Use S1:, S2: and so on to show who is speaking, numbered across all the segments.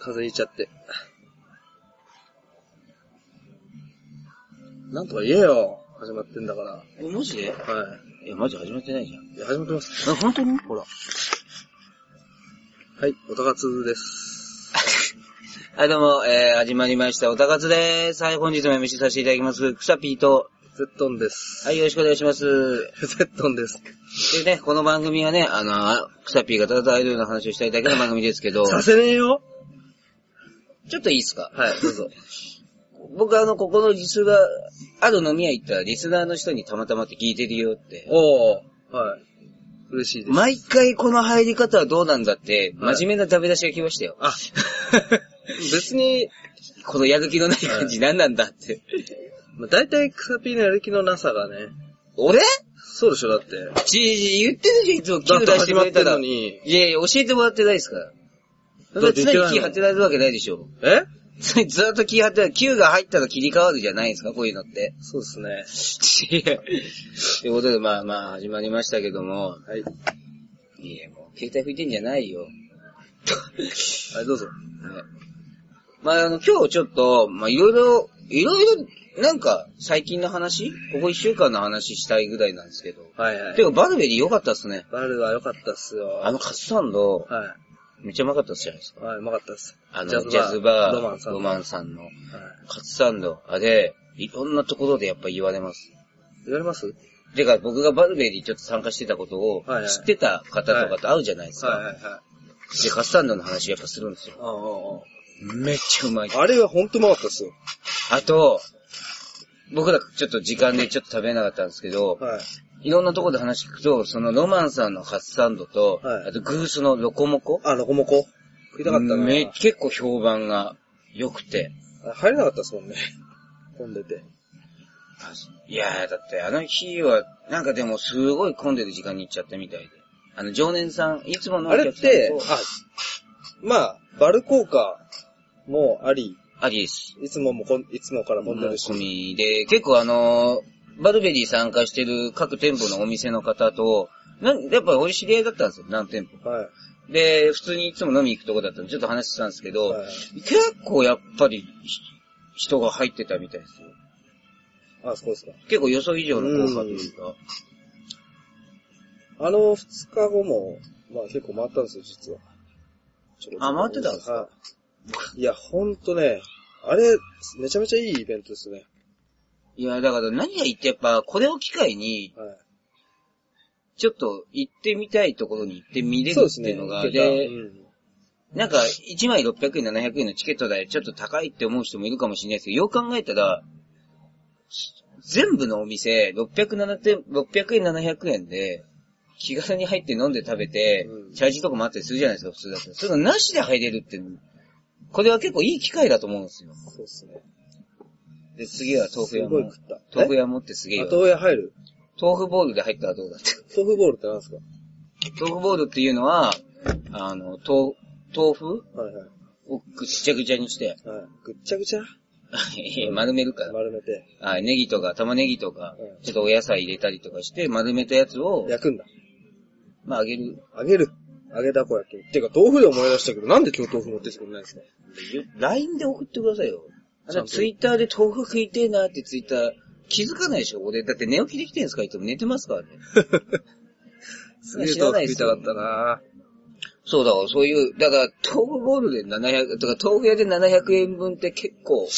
S1: 風邪ひいちゃって。なんとか言えよ。始まってんだから。は
S2: え、マジで
S1: い。
S2: え、マジ始まってないじゃん。
S1: いや、始まってます。
S2: え、本当にほら。
S1: はい、おたかつです。
S2: はい、どうも、えー、始まりました。おたかつでーす。はい、本日も MC させていただきます。くさぴーと。
S1: ゼットンです。
S2: はい、よろしくお願いします。
S1: ゼットンです。
S2: でね、この番組はね、あの、くさぴーがただただアイドルの話をしたいだけの番組ですけど、
S1: させねえよ
S2: ちょっといいっすか
S1: はい、どうぞ。
S2: 僕あの、ここのリスが、ある飲み屋行ったらリスナーの人にたまたまって聞いてるよって。
S1: おー、はい。嬉しいです。
S2: 毎回この入り方はどうなんだって、
S1: はい
S2: 真面目な食べ出しが来ましたよ。
S1: あ、別に、
S2: このやる気のない感じ何なんだって。
S1: まあ、大体草ピーのやる気のなさがね、
S2: 俺
S1: そうでしょ、だって。
S2: ち言ってるじゃん、いつもキ
S1: だっ
S2: ム
S1: て
S2: 出して
S1: 始ま
S2: く
S1: っ
S2: れ
S1: て
S2: た
S1: ん
S2: ら。
S1: の
S2: い
S1: に、
S2: やいや、教えてもらってないですから。それは常に気張ってられるわけないでしょ。
S1: え
S2: 常にずっと気張ってられる、Q が入ったら切り替わるじゃないですか、こういうのって。
S1: そうですね。
S2: 違う。ということで、まあまあ、始まりましたけども。
S1: はい。
S2: いや、もう、携帯拭いてんじゃないよ。
S1: はい、どうぞ。
S2: ねまあ、あの、今日ちょっと、まあ、いろいろ、いろいろ、なんか、最近の話ここ一週間の話したいぐらいなんですけど。
S1: はいはい
S2: て。か、バルベリー良かったっすね。
S1: バルは良かったっすよ。
S2: あのカスサンド、
S1: は
S2: めっちゃうまかったっすじゃないですか
S1: い。。はい、うまかったっす。
S2: あの、ジャズバー、
S1: ロマンさん。
S2: ロマンさんの、
S1: はい。
S2: カツサンド、あれ、いろんなところでやっぱ言われます。
S1: 言われます
S2: てか、僕がバルベリーちょっと参加してたことを
S1: はいはい
S2: 知ってた方とかと会うじゃないですか。
S1: はいはいはい。
S2: で、カツサンドの話やっぱするんですよ。
S1: ああ
S2: めっちゃうまい。
S1: ああれはほんとうまかったっすよ。
S2: あと、僕らちょっと時間でちょっと食べれなかったんですけど、
S1: はい。
S2: いろんなところで話聞くと、そのロマンさんのカツサンドと、
S1: はい
S2: あとグースのロコモコ、
S1: あ、ロコモコ。食いたかったな。
S2: め結構評判が良くて、
S1: あ入れなかったっすもんね。混んでて。
S2: いやー、だってあの日は、なんかでもすごい混んでる時間に行っちゃったみたいで。あの、常連さん、いつもの
S1: あ
S2: お
S1: れ
S2: 客
S1: っ
S2: さんと
S1: て、あ、まあ、バル効果もあり、
S2: ありです。
S1: いつももこん、いつもから
S2: も
S1: 混
S2: うん
S1: でるし
S2: 込。みで、結構あのーバルベリー参加してる各店舗のお店の方と、なんやっぱ俺知り合いだったんですよ、何店舗。
S1: はい。
S2: で、普通にいつも飲み行くとこだったんで、ちょっと話してたんですけど、
S1: はい
S2: 結構やっぱり、ひ人が入ってたみたいですよ。
S1: あ、そうですか。
S2: 結構予想以上の効果というか。
S1: あの、二日後も、まあ結構回ったんですよ、実は。ちょこちょこ
S2: あ回ってたんですか
S1: はい。いや、ほんとね、あれ、めちゃめちゃいいイベントですね。
S2: いや、だから何が言ってやっぱ、これを機会に、
S1: はい。
S2: ちょっと行ってみたいところに行って見れ
S1: そうで
S2: るっ
S1: す
S2: て
S1: ね。
S2: いうのが、
S1: い
S2: で
S1: けたうん
S2: なんか1枚600円、700円のチケット代ちょっと高いって思う人もいるかもしれないですけど、よく考えたら、全部のお店、600、7点600円、700円で、気軽に入って飲んで食べて
S1: う、ん
S2: チャージとかもあったりするじゃないですか、普通だと。それがなしで入れるって、これは結構いい機会だと思うんですよ。
S1: そうですね。
S2: で、次は豆腐屋
S1: すごい
S2: も
S1: 食。った。
S2: 豆腐屋持ってすげえ
S1: えあ
S2: よ。
S1: 豆腐屋入る
S2: 豆腐ボールで入ったらどうだって。
S1: 豆腐ボールって何ですか
S2: 豆腐ボールっていうのは、あの、豆、豆腐
S1: はいはい。
S2: をぐっちゃぐちゃにして、
S1: はい。ぐっちゃぐちゃ
S2: 丸めるから。
S1: 丸めて、
S2: はい、ネギとか、玉ねぎとか
S1: う、ん
S2: ちょっとお野菜入れたりとかして、丸めたやつを、
S1: 焼くんだ。
S2: まあ、揚げる。
S1: 揚げる。揚げたこ焼き。っていうか、豆腐で思い出したけど、なんで今日豆腐持ってきてくれないんですか
S2: LINE で送ってくださいよ。あ
S1: ちゃん
S2: の、
S1: と
S2: ツイッターで豆腐食いてえなってツイッター、気づかないでしょ俺、だって寝起きできてんすかいつも寝てますからね。
S1: すげえ豆腐食いたかったな
S2: そうだわ、そういう、だから、豆腐ボールで700、とか豆腐屋で700円分って結構、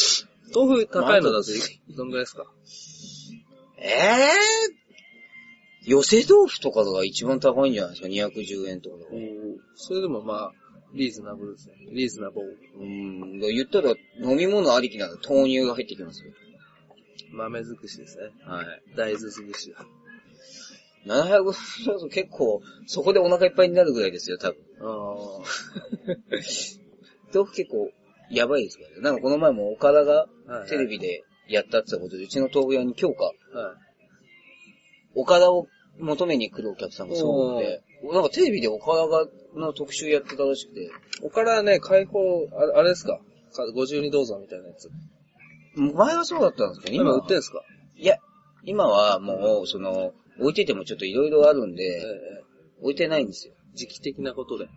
S1: 豆腐高いのだと、どんぐらいですか
S2: ええー、寄せ豆腐とかが一番高いんじゃないですか ?210 円とかだから。
S1: それでもまあ、リーズナブルですね。リーズナブル。
S2: うん。言ったら、飲み物ありきなら豆乳が入ってきますよ。
S1: 豆尽くしですね。
S2: はい。
S1: 大豆尽くしだ。
S2: 700だと結構、そこでお腹いっぱいになるぐらいですよ、多分。
S1: ああ。
S2: 豆腐結構、やばいですからね。なんかこの前も岡田が
S1: はいはい
S2: テレビでやったってことで、うちの豆腐屋に今日か、
S1: は
S2: 岡田を求めに来るお客さんがすごくて、なんかテレビで岡田が、の特集やってたらしくて、
S1: い。おからね、解放、あれあれですかか ?52 どうぞみたいなやつ。
S2: 前はそうだったんですけど、
S1: 今売ってんすか
S2: いや、今はもう、その、置いててもちょっといろいろあるん
S1: え
S2: で、
S1: え
S2: 置いてないんですよ。
S1: 時期的なことで。
S2: い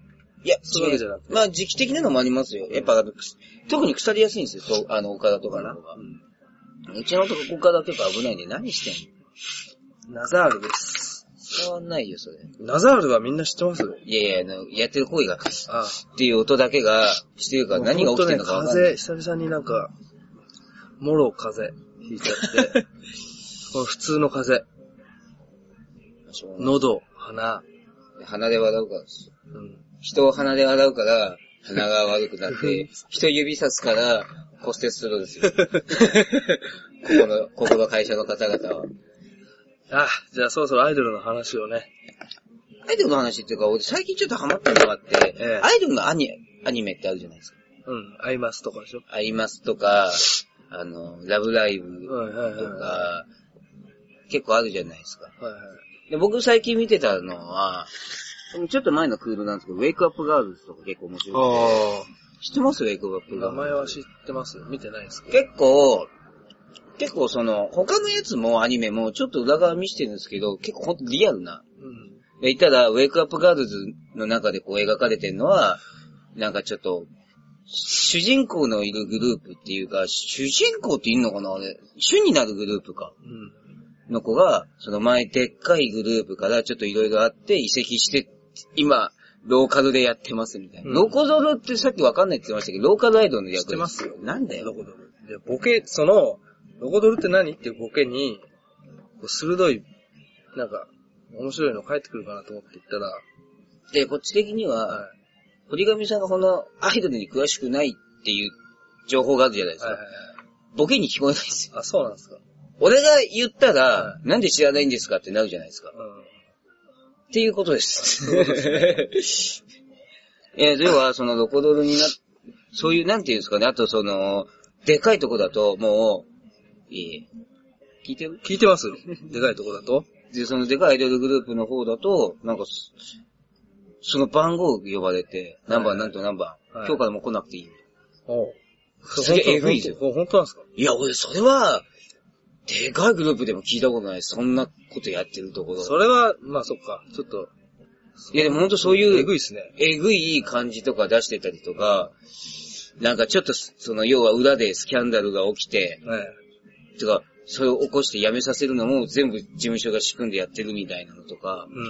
S2: いや、
S1: そういうわけじゃなくて
S2: まあ時期的なのもありますよ。やっぱ、あのくす特に腐りやすいんですよ、とあの、岡田とかの方が。うちのとこ岡田結構危ないんで、何してんの
S1: ナザールです。
S2: 伝わんないよ、それ。
S1: ナザールはみんな知ってます
S2: いやいや、あのやってる行為が、っ
S1: ああ。
S2: ていう音だけが、してるから何が起きてるのかわかんない。
S1: 本当ね、風、久々になんか、もろ風邪ひいちゃ って、この普通の風邪、喉、鼻、
S2: 鼻で笑うからです。
S1: うん。
S2: 人を鼻で笑うから、鼻が 悪くなって、人指さすから骨折するんですよ。ここの、ここの会社の方々は。
S1: あ、じゃあそろそろアイドルの話をね。
S2: アイドルの話っていうか、俺最近ちょっとハマったのがあって、
S1: ええ
S2: アイドルのアニアニメってあるじゃないですか。
S1: うん、アイマスとかでしょ。
S2: アイマスとか、あの、ラブライブ
S1: はいはい
S2: と
S1: はい。は
S2: か、結構あるじゃないですか。
S1: いはい。
S2: で僕最近見てたのは、ちょっと前のクールなんですけど、ウェイクアップガールズとか結構面白い。
S1: あ
S2: 知ってますウェイクアップガールズ。
S1: 名前は知ってます見てないですけど。
S2: 結構、結構その、他のやつもアニメもちょっと裏側見してるんですけど、結構ほんとリアルな。
S1: うん。
S2: で、ただ、ウェイクアップガールズの中でこう描かれてるのは、なんかちょっと、主人公のいるグループっていうか、主人公っているのかなあれ、主になるグループか。
S1: うん。
S2: の子が、その前でっかいグループからちょっといろいろあって移籍して、今、ローカルでやってますみたいな。
S1: うん
S2: ローカルってさっきわかんないって言ってましたけど、ローカルアイドルの役
S1: 知ってますよ
S2: なんだよ
S1: ロ。コドル。で、ボケ、その、ロコドルって何っていうボケに、こう鋭い、なんか、面白いの返ってくるかなと思って言ったら、
S2: で、こっち的には、
S1: は
S2: 堀上さんがこのアイドルに詳しくないっていう情報があるじゃないで
S1: い。
S2: すか。
S1: はいはいはい。
S2: ボケに聞こえないんですよ。
S1: あ、そうなんですか。
S2: 俺が言ったら、
S1: は
S2: なんで知らないんですかってなるじゃないですか。
S1: うん。
S2: っていうことです。 えー、要は、その、ロコドルにな、そういう、なんていうんですかね、あとその、でかいとこだと、もう、いい聞いてる
S1: 聞いてますでかいとこだと
S2: で、そのでかいアイドルグループの方だと、なんかす、その番号呼ばれて、何番なんと何番、
S1: はい
S2: 今日からもう来なくていい。
S1: おう。
S2: すげええぐいじゃん
S1: 本当本当なんですか
S2: いや、俺、それは、でかいグループでも聞いたことない。そんなことやってるところ。
S1: それは、まあそっか、ちょっと、
S2: いや、でもほんとそうい
S1: え
S2: う
S1: ぐ、いっすね。
S2: えぐい感じとか出してたりとか、なんかちょっと、その、要は裏でスキャンダルが起きて、
S1: はい。
S2: とか、それを起こして辞めさせるのも全部事務所が仕組んでやってるみたいなのとか
S1: う、んうんうんう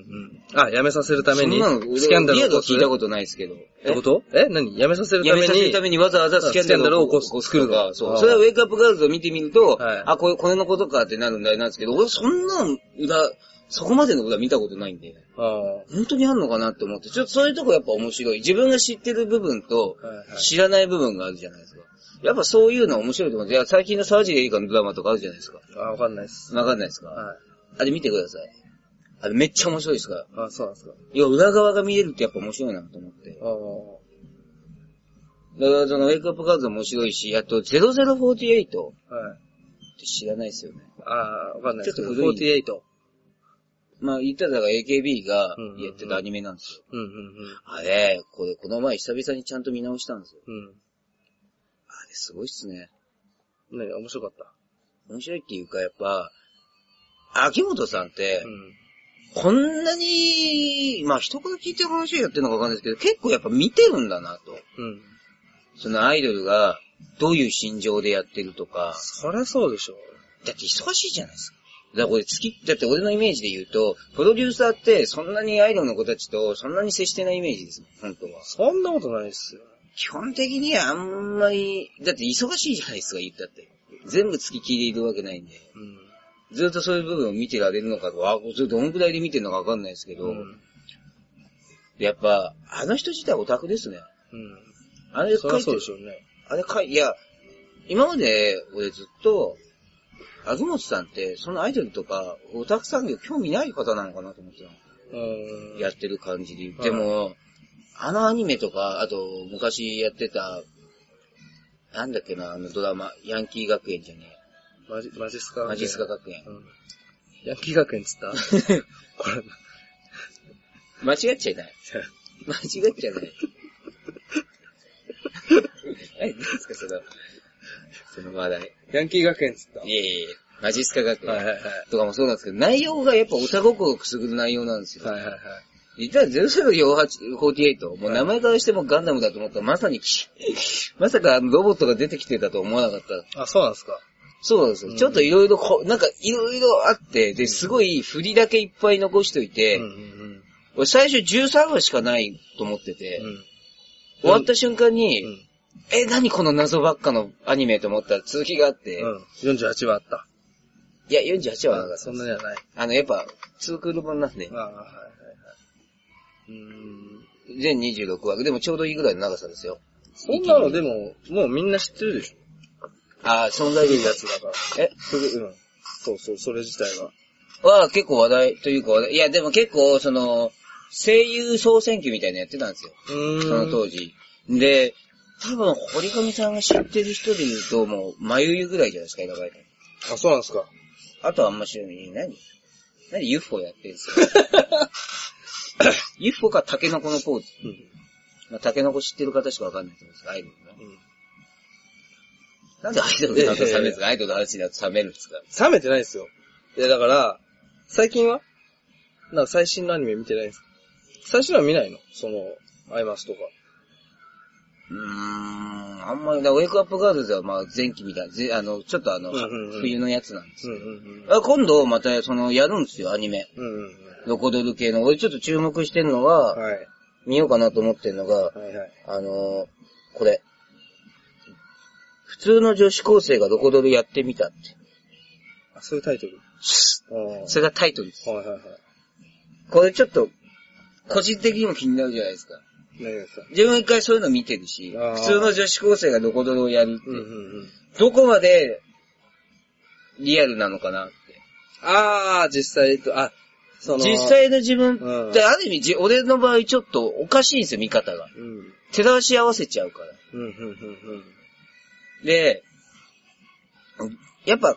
S1: ん。あ、やめさせるために、
S2: そんなの、
S1: スキャンダル
S2: リア
S1: を
S2: ルは
S1: 起
S2: 聞いたことないですけど。
S1: ってことえ何やめさせるた
S2: やめ
S1: め
S2: させる
S1: に
S2: た、めにわざわざスキャンダルを起こす。
S1: スキャンダルを起こす作るの
S2: そ
S1: あ
S2: う。
S1: あ
S2: それはウェイクアップガールズを見てみると、
S1: はい
S2: あ、これ、これのことかってなるんだなんですけど、俺そんなの裏、そこまでの裏見たことないんで、
S1: ああ、は
S2: 本当にあんのかなって思って、ちょっとそういうとこやっぱ面白い。自分が知ってる部分と
S1: い、はい。
S2: 知らない部分があるじゃないですか。やっぱそういうの面白いと思うんですよ。いや最近の沢尻エリカのドラマとかあるじゃないですか。
S1: あ、わかんないっす。
S2: わかんないですか
S1: は
S2: あれ見てください。あれめっちゃ面白いですから。
S1: い。あ、そうなんですか。
S2: いや、裏側が見えるってやっぱ面白いなと思って。
S1: ああ、
S2: だからそのウェイクアップガールズ面白いし、あと0048。
S1: はい。
S2: って知らないですよね。
S1: ああ、わかんないっす。
S2: ちょっと古い
S1: 48。
S2: まあ、言ったらだから AKB が
S1: うんうんうん
S2: やってたアニメなんですよ。
S1: うんうん
S2: あれ、これこの前久々にちゃんと見直したんですよ。
S1: うん。
S2: あれすごいっすね。
S1: うん。ね面白かった。
S2: 面白いっていうかやっぱ、秋元さんって
S1: う、ん。
S2: こんなに、まあ人から聞いてる話をやってるのかわかんないですけど、結構やっぱ見てるんだなと。
S1: うん。
S2: そのアイドルが、どういう心情でやってるとか。
S1: そりゃそうでしょ。
S2: だって忙しいじゃないですか。だから俺月、だって俺のイメージで言うと、プロデューサーってそんなにアイドルの子たちとそんなに接してないイメージですもん、本当は。
S1: そんなことないっすよ。
S2: 基本的にあんまり、だって忙しいじゃないですか、言ったって。全部月聞いているわけないんで。
S1: うん。
S2: ずっとそういう部分を見てられるのかとか、ずっとどのくらいで見てるのかわかんないですけど、
S1: うん。
S2: やっぱ、あの人自体オタクですね。
S1: うん。
S2: あれ
S1: そ
S2: 書
S1: りゃ
S2: いて
S1: そう
S2: る
S1: でしょうね。
S2: あれかい、いや、今まで俺ずっと、秋元さんって、そのアイドルとか、オタク産業興味ない方なのかなと思ってたの。
S1: うん。
S2: やってる感じで言っ
S1: うん
S2: ても、あのアニメとか、あと昔やってた、なんだっけな、あのドラマ、ヤンキー学園じゃね
S1: マジ、マジス
S2: え。
S1: カ
S2: マジスカ学園。
S1: うん。ヤンキー学園っつった これ、
S2: 間違っちゃいない。間違っちゃいない。え、何ですか、その、その話題。
S1: ヤンキー学園っつった
S2: いえいえいえ、マジスカ学園。
S1: はいはいはい。
S2: とかもそうなんですけど、内容がやっぱオタ心をくすぐる内容なんですよ。
S1: はいはいはい。
S2: 実は0048、もう名前からしてもガンダムだと思ったらまさに、まさかロボットが出てきてたと思わなかった。
S1: あ、そうなんですか。
S2: そうなんですよ。
S1: うん
S2: ちょっといろいろこ、なんかいろいろあって、で、すごい振りだけいっぱい残しといて、
S1: うんうん
S2: 俺最初13話しかないと思ってて、
S1: うん。
S2: 終わった瞬間に、
S1: うん。
S2: え、何この謎ばっかのアニメと思ったら続きがあって、
S1: うん。48はあった。
S2: いや、48話はなかった
S1: そんなじゃない。
S2: あの、やっぱ、ツークール版なんで
S1: あ、あ、はいはいはい。うーん。
S2: 全26話。でもちょうどいいぐらいの長さですよ。
S1: そんなのでも、もうみんな知ってるでしょ。
S2: ああ、存在
S1: 古
S2: で
S1: いやつだから。
S2: え
S1: 古い、うん。そうそう、それ自体は。
S2: は結構話題というか話題、いやでも結構その、声優総選挙みたいなのやってたんですよ。
S1: うーん
S2: その当時。で、多分、堀上さんが知ってる人で言うと、もう、眉ゆぐらいじゃないですか、選ばれたの
S1: あ、そうなんですか。
S2: あとはあんま知らない。何何 ?UFO やってるんですよ。UFO かタケノコのポーズ。
S1: うん。
S2: まあ、タケノコ知ってる方しかわかんないと思うんですけど、アイドルの。
S1: うん。
S2: なんでアイドルの話冷めるんですかアイドルの話だと冷めるんですか
S1: 冷めてないですよ。いや、だから、最近はなんか最新のアニメ見てないですか最新のは見ないのその、アイマスとか。
S2: うーん、あんまり、だからウェイクアップガールズはまあ前期みたいな、ぜあの、ちょっとあ
S1: う
S2: の、
S1: んうんうん
S2: 冬のやつなんです。
S1: うんうん
S2: あ今度またその、やるんですよ、アニメ。
S1: うん。うんうん
S2: ロコドル系の。俺ちょっと注目してるの
S1: う
S2: は、
S1: ん。はい。
S2: 見ようかなと思ってるのが、
S1: はいはい。
S2: あのーこれ。普通の女子高生がロコドルやってみたって。
S1: あ、そういうタイトル。ああ
S2: それがタイトルです。
S1: はいはいは
S2: これちょっと、個人的にも気になるじゃないですか。
S1: い。何ですか
S2: 自分一回そういうの見てるし、
S1: あー
S2: 普通の女子高生がロコドルをやるって、
S1: うんうんうん。
S2: どこまでリアルなのかなって。
S1: ああ、実際と、あ、その、
S2: 実、際の自分
S1: うん
S2: ってある意味じ、俺の場合ちょっとおかしいんですよ、見方が。
S1: うん。
S2: 手出し合わせちゃうから。
S1: うんうんうん
S2: で、やっぱ、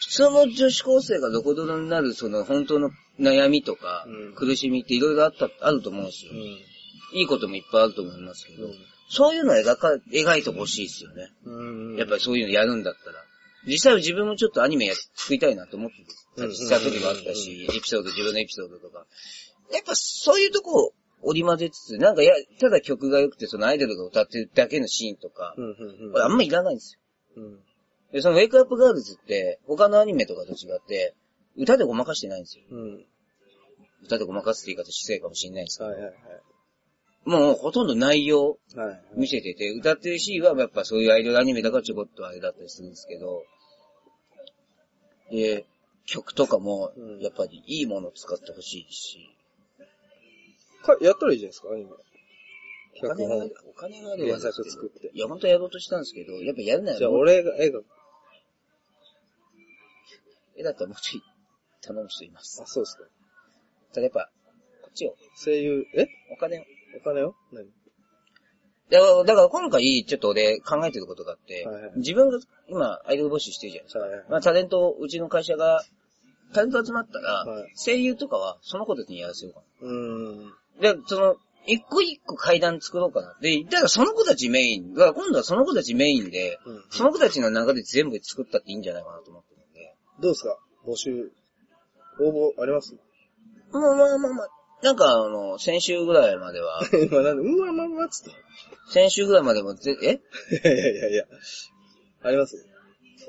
S2: 普通の女子高生がどこどこになるその本当の悩みとか
S1: うん、
S2: 苦しみっていろいろあった、あると思うんですよ
S1: う。ん。
S2: いいこともいっぱいあると思いますけ
S1: う
S2: ど、
S1: ん。
S2: そういうの描か、描いてほしいですよね。
S1: うん
S2: やっぱりそういうのやるんだったら。実際は自分もちょっとアニメや作りたいなと思ってたりした時もあったし、エピソード、自分のエピソードとか。やっぱそういうとこを織り混ぜつつ、なんかや、ただ曲が良くてそのアイドルが歌ってるだけのシーンとか、
S1: うんうんうん。
S2: これあんまいらないんですよ。
S1: うん。
S2: で、そのウェイクアップガールズって、他のアニメとかと違って、歌でごまかしてないんですよ。
S1: うん。
S2: 歌でごまかすって言い方失礼かもしれないですけ
S1: は
S2: ど
S1: いはいはい。
S2: もうほとんど内容
S1: はいはい。
S2: 見せてて、歌ってるシーンはやっぱそういうアイドルアニメだからちょこっとあれだったりするんですけど、で、曲とかも
S1: うん、
S2: やっぱりいいものを使ってほしいし、
S1: か、やったらいいじゃないですか、アニメ。
S2: お金
S1: 脚
S2: があ
S1: 本
S2: る、お金があれ
S1: 原
S2: ばです
S1: 作作って
S2: けど。いや、本当はやろうとしたんですけど、やっぱやるなら
S1: じゃあ
S2: もう
S1: 俺が、絵が、
S2: えだったらもうちょい頼む人います。
S1: あ、そうですか。
S2: ただやっぱ、こっちを、
S1: 声優、え
S2: お金を。
S1: お金を何
S2: だから、だから今回、ちょっと俺考えてることがあって、
S1: はいはい
S2: 自分が今、アイドル募集してるじゃないですか。
S1: はいはい
S2: まあ、タレント、うちの会社が、タレント集まったら、
S1: はい
S2: 声優とかは、その子たちにやらせようか
S1: うーん。
S2: な。で、その、一個一個階段作ろうかな。で、だからその子たちメイン、だから今度はその子たちメインで、
S1: うん
S2: その子たちの中で全部作ったっていいんじゃないかなと思ってるんで。
S1: どうですか募集、応募あります、
S2: まあまあまあまあ、なんかあの、先週ぐらいまでは
S1: 今なんで、うんまあまあまあっつっ
S2: 先週ぐらいまでもぜ、え
S1: て。 いやいやいやいや。あります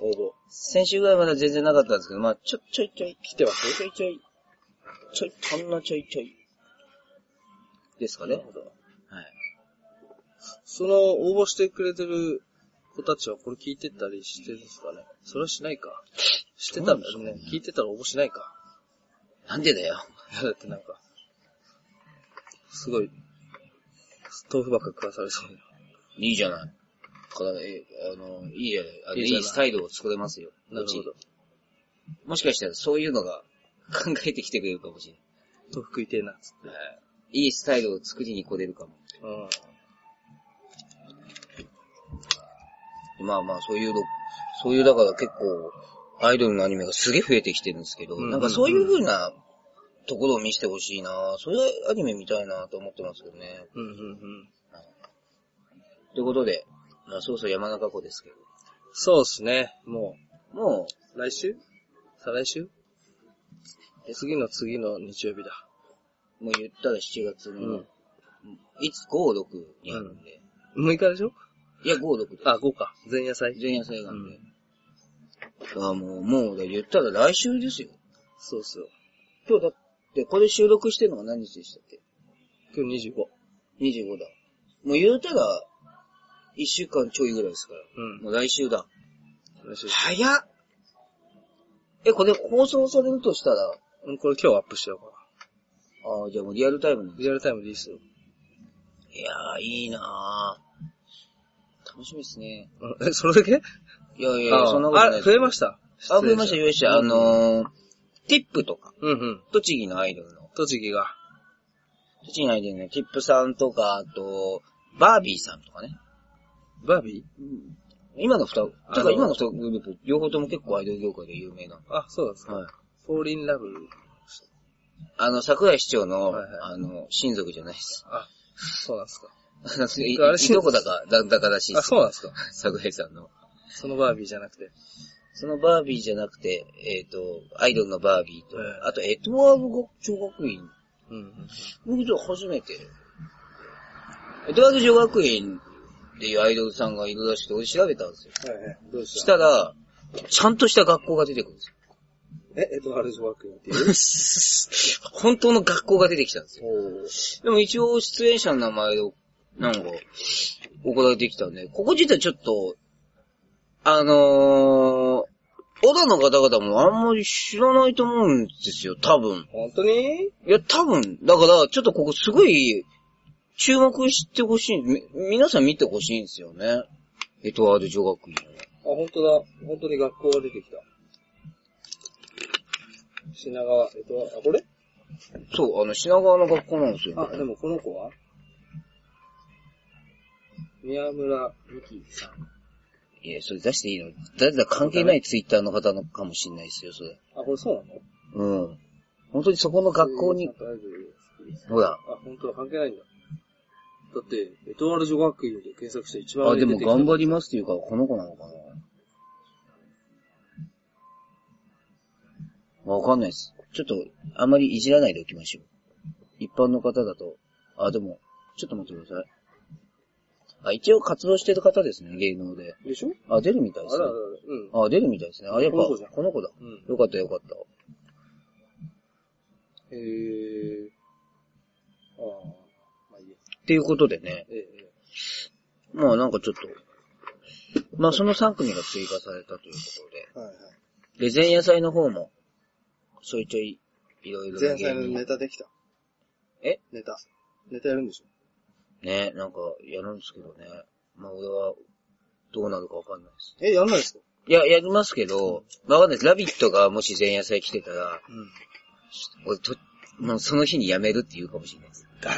S1: 応募。
S2: 先週ぐらいまでは全然なかったんですけど、まあ、ちょ、ちょいちょい
S1: 来てます
S2: ちょいちょい、ちょい、ほんのちょいちょい。ですかね。はい。
S1: ど。その、応募してくれてる子たちはこれ聞いてたりしてるんですかねそれはしないか。してたらね
S2: どうなんでしょうね
S1: 聞いてたら応募しないか。
S2: なんでだよ。
S1: いやだってなんか、すごい、豆腐ばっか食わされそうな。
S2: いいじゃない。これ、え、あの、いいじゃない。あの
S1: い
S2: い
S1: い
S2: い
S1: じゃない
S2: スタイルを作れますよ。
S1: なるほど
S2: う。ちもしかしたらそういうのが考えてきてくれるかもしれ
S1: 豆腐食いてえな、つって。
S2: ない。はい。いいスタイルを作りに来れるかも。
S1: うん。
S2: まあまあ、そういうの、そういうだから結構、アイドルのアニメがすげえ増えてきてるんですけど、
S1: うんうんうん
S2: なんかそういう風なところを見せてほしいなそういうアニメ見たいなと思ってますけどね。
S1: うんうんうん。
S2: ということで、まあそうそう山中湖ですけど。
S1: そうですね。も
S2: も
S1: う、来週再来週次の次の日曜日だ。
S2: もう言ったら7月
S1: う
S2: の
S1: ん。、
S2: いつ5、6にあるんで。
S1: 6日でしょ
S2: いや、5、6です。
S1: あ、5か。前夜祭。
S2: 前夜祭なんで
S1: う。
S2: あもう、もう、言ったら来週ですよ。
S1: そうっすよ。
S2: 今日だって、これ収録してるのが何日でしたっけ
S1: 今日25。
S2: ?25 だ。もう言うたら、1週間ちょいぐらいですから。
S1: うん。
S2: もう来週だ。
S1: 来週
S2: 早っえ、これ放送されるとしたら、
S1: うんこれ今日アップしようか
S2: ああ、じゃあもうリアルタイムなん
S1: な。
S2: で
S1: リアルタイムでいいっすよ。
S2: いやー、いいなー楽しみですね。
S1: うんえ、それだけ
S2: いやいやいや、そんなことない
S1: あ、
S2: です。
S1: 増えました。
S2: あ、増えました、
S1: よ
S2: よいしょ。あのー、ティップとか、
S1: うんうん。
S2: 栃木のアイドルの、
S1: 栃木が。
S2: 栃木のアイドルのティップさんとか、あと、バービーさんとかね。
S1: バービー
S2: 今の二、
S1: あの
S2: てか今の二グループ、両方とも結構アイドル業界で有名な。
S1: あ、そうなんですか。
S2: はい。
S1: フォーリンラブ。
S2: あの、桜井市長
S1: は
S2: の、
S1: いはい
S2: あの、親族じゃないです。
S1: あ、そうなんですか。
S2: あの、 いい
S1: あれ
S2: いとこだか、だ、だからしいで
S1: あ、
S2: す。
S1: そうなんですか。
S2: 桜井さんの。
S1: そのバービーじゃなくて。
S2: そのバービーじゃなくて、えっ、と、アイドルのバービーと、
S1: はい
S2: あと、エトワール学女学院。
S1: うんうん。
S2: 僕ちょっと初めて。エトワール女学院っていうアイドルさんがいるらしくて、俺調べたんですよ。
S1: はいはい。どう
S2: したら、ちゃんとした学校が出てくるんですよ。
S1: え、エドワールズ・ワークっていう。
S2: 本当の学校が出てきたんです
S1: お
S2: よ。でも一応出演者の名前を、なんか、送られてきたんで、ここ自体ちょっと、あのー、小田の方々もあんまり知らないと思うんですよ、多分。
S1: 本当に
S2: いや、多分、だから、ちょっとここすごい、注目してほしい、み、皆さん見てほしいんですよね。エトワード女学院
S1: あ、本当だ。本当に学校が出てきた。品川、エドワール、あ、これ
S2: そう、あの、品川の学校なんですよ、
S1: あ、でもこの子は宮村美希さん。
S2: いや、それ出していいの誰だ関係ないツイッターの方のかもしれないですよ、それ。
S1: あ、これそうなの
S2: うん。本当にそこの学校に
S1: あ、、
S2: ほら。
S1: 本当だ、関係ないんだ。だって、エトワール女学院で検索して一番
S2: あ、
S1: 上
S2: で
S1: に
S2: も
S1: 出てきた
S2: 頑張りますっていうから、この子なのかなわかんないです。ちょっと、あまりいじらないでおきましょう。一般の方だと、あ、でも、ちょっと待ってください。あ、一応活動してる方ですね、芸能で。
S1: でしょ
S2: あ、出るみたいで
S1: あ
S2: すね
S1: らあらあ。ら、うん。
S2: あ、出るみたいですね。あ、やっぱ、
S1: この子じゃん
S2: この子だ。
S1: うん。
S2: よかったよかった。
S1: へえ。ああ、まあいいや。
S2: っていうことでね、
S1: えええ
S2: まあなんかちょっと、まあその3組が追加されたということで、
S1: え。はいはい。
S2: で、前夜祭の方も、ちょいちょい、いろいろな
S1: 前
S2: 芸
S1: 菜のネ
S2: 人。
S1: タできた。
S2: え
S1: ネタ。ネタやるんでしょ
S2: ね、なんか、やるんですけどね。まあ、俺は、どうなるかわかんないです。
S1: え、やんないですか
S2: いや、やりますけど、まあわかんないです。ラビットがもし前夜祭来てたら、
S1: うん。
S2: 俺と、もうその日に辞めるって言うかもしれないです。
S1: だ、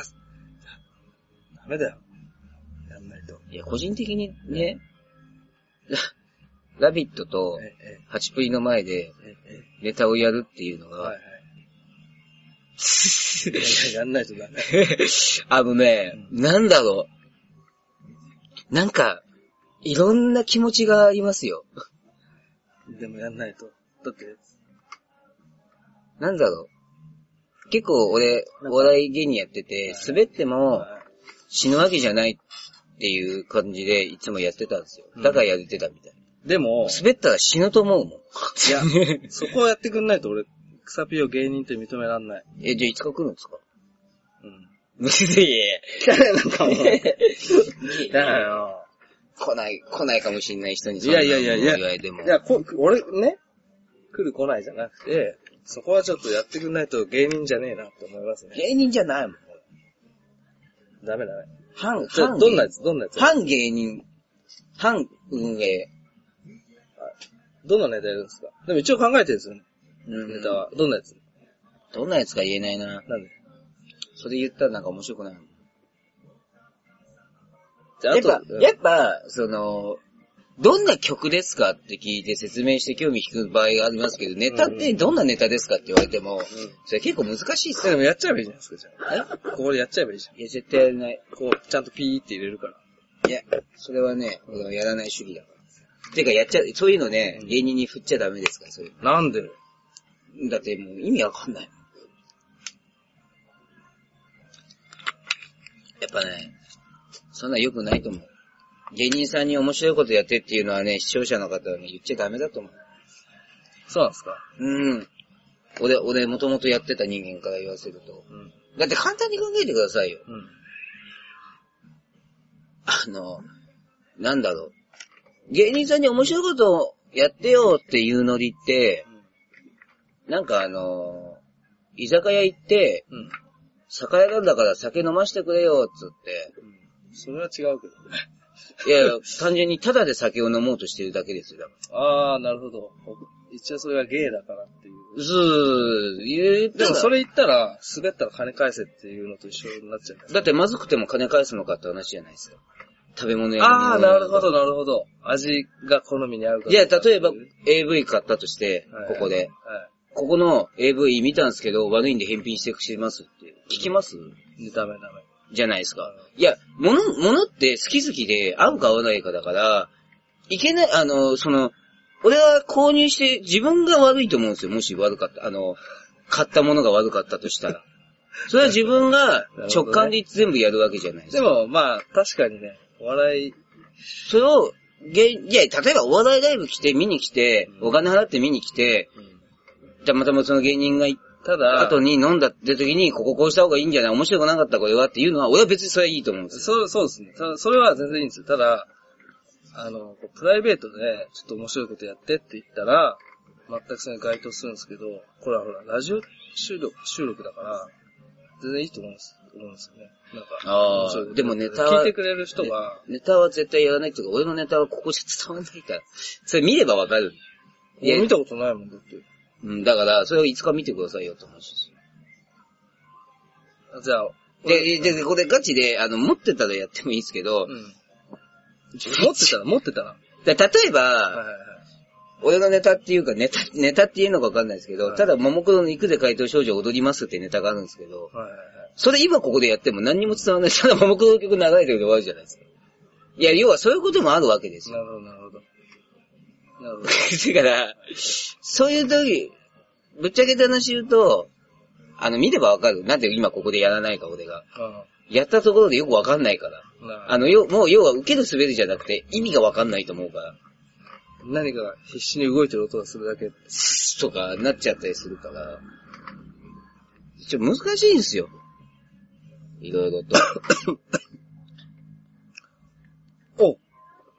S1: ダメだよ。やんないと。
S2: いや、個人的にね、ララビットと
S1: え、え、
S2: ハチプリの前で、
S1: ええ、
S2: ネタをやるっていうの
S1: はいは
S2: が、
S1: い。 やんないとダメ。
S2: あのね、なんだろう。なんか、いろんな気持ちがありますよ。
S1: でもやんないと。だって、
S2: なんだろう。結構俺、お笑い芸人やってて、滑っても死ぬわけじゃないっていう感じでいつもやってたんですよ。だからやれてたみたい。
S1: でも、
S2: 滑ったら死ぬと思うもん。
S1: いや、そこをやってくんないと俺、草ピを芸人って認めらんない。
S2: え、じゃあいつか来るんですか
S1: うん。
S2: いやいや
S1: なんかもう、だ
S2: いや
S1: よ。
S2: 来ない、来ないかもしれない人に
S1: いやいやいやいや
S2: 言われても。
S1: いや、こ、俺ね、来る来ないじゃなくて、そこはちょっとやってくんないと芸人じゃねえなって思いますね。
S2: 芸人じゃないもん。
S1: ダメだね。
S2: 反、
S1: ちょ
S2: 反
S1: どんなやつどんなやつ
S2: 反芸人、反運営。
S1: どんなネタやるんですかでも一応考えてるんですよね、
S2: うん
S1: ネタは。どんなやつ
S2: どんなやつか言えないな。
S1: なんで
S2: それ言ったらなんか面白くないもん。
S1: じゃあ、
S2: や
S1: あ
S2: っ
S1: と、
S2: ぱ、
S1: うん
S2: やっぱ、その、どんな曲ですかって聞いて説明して興味引く場合がありますけど、ネタってどんなネタですかって言われても、それ結構難しいっす
S1: え で
S2: よ。
S1: もやっちゃえばいいじゃないですか、じゃあ。ここでやっちゃえばいいじゃん。
S2: いや、絶対やらない。
S1: こう、ちゃんとピーって入れるから。
S2: いや、それはね、俺はやらない主義だから。てか、やっちゃ、そういうのね、芸人に振っちゃダメですから、そういう
S1: なんで
S2: の。だってもう意味わかんない。やっぱね、そんな良くないと思う。芸人さんに面白いことやってっていうのはね、視聴者の方はね、言っちゃダメだと思う。
S1: そうなんですか
S2: うん。俺、俺、もともとやってた人間から言わせると。
S1: うん。
S2: だって簡単に考えてくださいよ。
S1: うん。
S2: あの、なんだろう。芸人さんに面白いことをやってよっていうノリって、なんかあの、居酒屋行って、
S1: うん。
S2: 酒屋なんだから酒飲ましてくれよ、つって。
S1: それは違うけどね。
S2: いやいや、単純にタダで酒を飲もうとしてるだけですよ。だか
S1: ああ、なるほど。一応それがゲイだからっていう。
S2: らずー、言った
S1: で
S2: ら
S1: もそれ言ったら、滑ったら金返せっていうのと一緒になっちゃう。
S2: だってまずくても金返すのかって話じゃないですか。食べ物や
S1: ああ、
S2: 飲み物
S1: な
S2: や
S1: るほど、なるほど。味が好みに合うから。
S2: いや、例えば
S1: はい
S2: AV 買ったとして、ここで。。ここの AV 見たんですけど、悪いんで返品してくしますって。聞きます
S1: はい。ダメダメ。
S2: じゃないですか。いや、物、物って好き好きで合うか合わないかだから、いけない、あの、その、俺は購入して自分が悪いと思うんですよ。もし悪かった、あの、買ったものが悪かったとしたら。それは自分が直感で全部やるわけじゃないです
S1: で
S2: か。
S1: も、まあ、確かにね、お笑い、
S2: それを、げいや、例えばお笑いライブ来て、見に来て、
S1: うん
S2: お金払って見に来て、たまたまその芸人が行った
S1: だ、
S2: 後に飲んだって時に、こここうした方がいいんじゃない面白くなかったこれはっていうのは、俺は別にそれはいいと思うんですよ。
S1: そう、そうですね。ただ、それは全然いいんですよ。ただ、あの、こうプライベートで、ちょっと面白いことやってって言ったら、全くそれに該当するんですけど、これはほら、ラジオ収録、収録だから、全然いいと思うんです、思うんですよね。なんか、
S2: あー
S1: 面白いこと
S2: でもネタは
S1: 聞いてくれる人が、
S2: ネタは絶対やらないっていうか、俺のネタはここじゃ伝わんないから。それ見ればわかる。いや
S1: 俺見たことないもんだって。
S2: うん、だから、それをいつか見てくださいよって話ですよ。
S1: あじゃあ、
S2: で、で、でこれガチで、あの、持ってたらやってもいいですけど
S1: う、ん。持ってたら、持ってたら。は
S2: だ例えば、
S1: いはいはい。
S2: 俺のネタっていうか、ネタ、ネタっていうのかわかんないですけど、
S1: はい
S2: ただ、ももクロの行くで怪盗少女踊りますってネタがあるんですけど、
S1: はいはいはい。
S2: それ今ここでやっても何にも伝わらない。ただ、ももクロの曲流れてるで終わるじゃないですか。いや、要はそういうこともあるわけですよ
S1: なるほど、なるほど。なるほど。
S2: だから、そういう時、ぶっちゃけた話言うと、あの、見ればわかる。なんで今ここでやらないか、俺が。やったところでよくわかんないから。
S1: うん。なるほど
S2: あの、よ、もう、要は受ける滑りじゃなくて、意味がわかんないと思うから。
S1: 何かが必死に動いてる音がするだけ。
S2: スッとか、なっちゃったりするから。ちょ、難しいんですよ。いろいろと。
S1: おい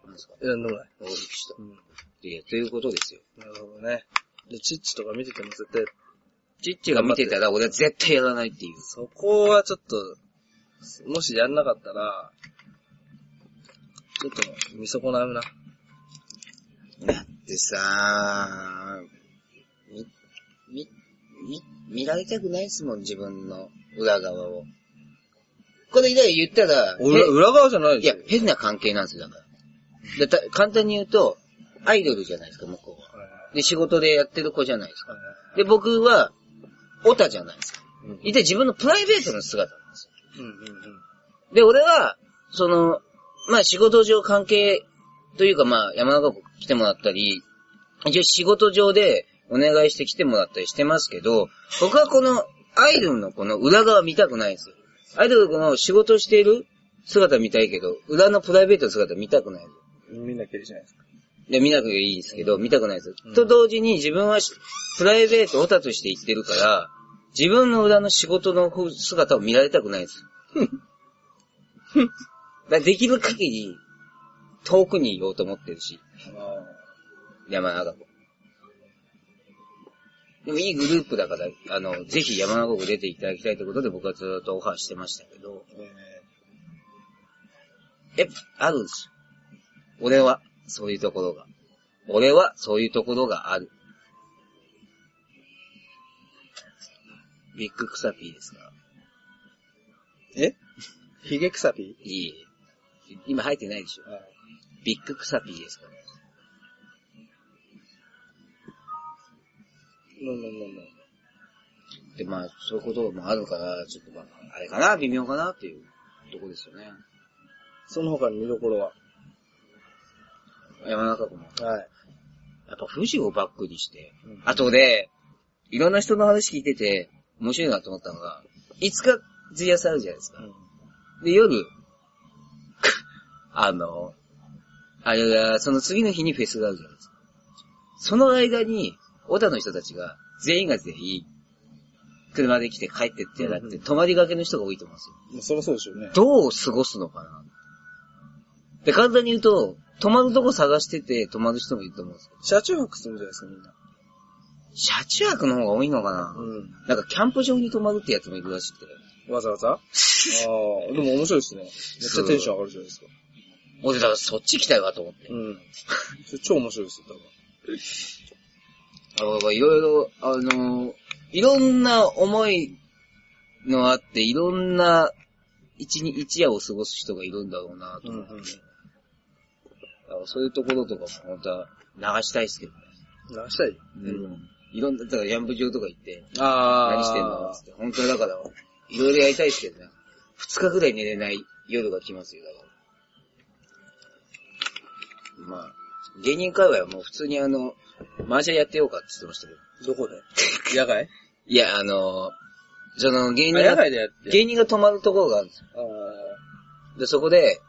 S2: なんですか
S1: や、飲まない。
S2: 大きくした
S1: うん。
S2: いや、ということですよ。
S1: なるほどね。で、チッチとか見てても絶対、
S2: ちっちが見てたら、俺は絶対やらないっていう。
S1: そこはちょっと、もしやんなかったら、ちょっと見損なうな。
S2: だってさみ、み、み、見られたくないっすもん、自分の裏側を。これ、言ったら、
S1: 裏、
S2: へ
S1: 裏側じゃない
S2: い
S1: でし
S2: や
S1: ょ。、
S2: 変な関係なんですよ、だから。だた簡単に言うと、アイドルじゃないですか、向こうは。
S1: はいはい
S2: で、仕事でやってる子じゃないですか。
S1: はいは
S2: で、僕は、オタじゃないですか。
S1: いうん
S2: 一体自分のプライベートの姿なんです
S1: うんうんうん。
S2: よ。で、俺は、その、まあ仕事上関係というかまあ山中湖来てもらったり、一応仕事上でお願いして来てもらったりしてますけど、僕はこのアイドルのこの裏側見たくないんですよ。アイドルの仕事している姿見たいけど、裏のプライベートの姿見たくない。
S1: みんなきりじゃないですか。
S2: で、見なくていいんですけど、見たくないです。
S1: うん
S2: と同時に自分はしプライベートオタとして行ってるから、自分の裏の仕事のふ姿を見られたくない です。だからできる限り、遠くにいようと思ってるし、山中湖。でもいいグループだから、あの、ぜひ山中湖出ていただきたいということで僕はずっとオファーしてましたけど、やっぱあるんですよ。俺は、そういうところが。俺は、そういうところがある。ビッグクサピーですか
S1: えヒゲ草ピ
S2: いいえ。今入ってないでしょ
S1: ー
S2: ビッグクサピーですから。
S1: のんのんのんのん。
S2: で、まあ、そういうこともあるから、ちょっとまあ、あれかな、微妙かなっていうとこですよね。
S1: その他の見どころは
S2: 山中湖も。
S1: はい。
S2: やっぱ富士をバックにして
S1: うん。
S2: あとで、いろんな人の話聞いてて、面白いなと思ったのが、いつか、ズヤスあるじゃないですか。で、夜、 あの、あ、いやいや、その次の日にフェスがあるじゃないですか。その間に、小田の人たちが、全員が全員、車で来て帰ってってやら
S1: う
S2: っ
S1: んう
S2: て、
S1: ん
S2: 泊まりがけの人が多いと思うんですよ。
S1: まあそりゃそうでしょうね。
S2: どう過ごすのかなで、簡単に言うと、泊まるとこ探してて、泊まる人もいると思うんですけど、
S1: 車中泊するじゃないですか、みんな。
S2: 車中泊の方が多いのかな
S1: う
S2: なんかキャンプ場に泊まるってやつもいるらしくて。
S1: ん。わざわ ざああ、でも面白いですね。めっちゃテンション上がるじゃないですか。
S2: 俺だからそっち来たいわと思って。
S1: うん。それ超面白いですよ、多分。
S2: だからいろいろ、あの、いろんな思いのあって、いろんな一日一夜を過ごす人がいるんだろうなと思って。
S1: うんうん
S2: だからそういうところとかも本当は流したいですけどね。
S1: 何したい
S2: うん。いろんな、だからキャンプ場とか行って、
S1: ああ。
S2: 何してんのつって。本当はだから、いろいろやりたいですけどね。二日ぐらい寝れない夜が来ますよ、だから。まあ、芸人界隈はもう普通にあの、マージャンやってようかって言ってましたけど。
S1: どこで 野外
S2: いや、あの、その芸人
S1: あ野
S2: が、
S1: 外でやって。
S2: 芸人が泊まるところがあるんですよ。
S1: ああ。
S2: で、そこで、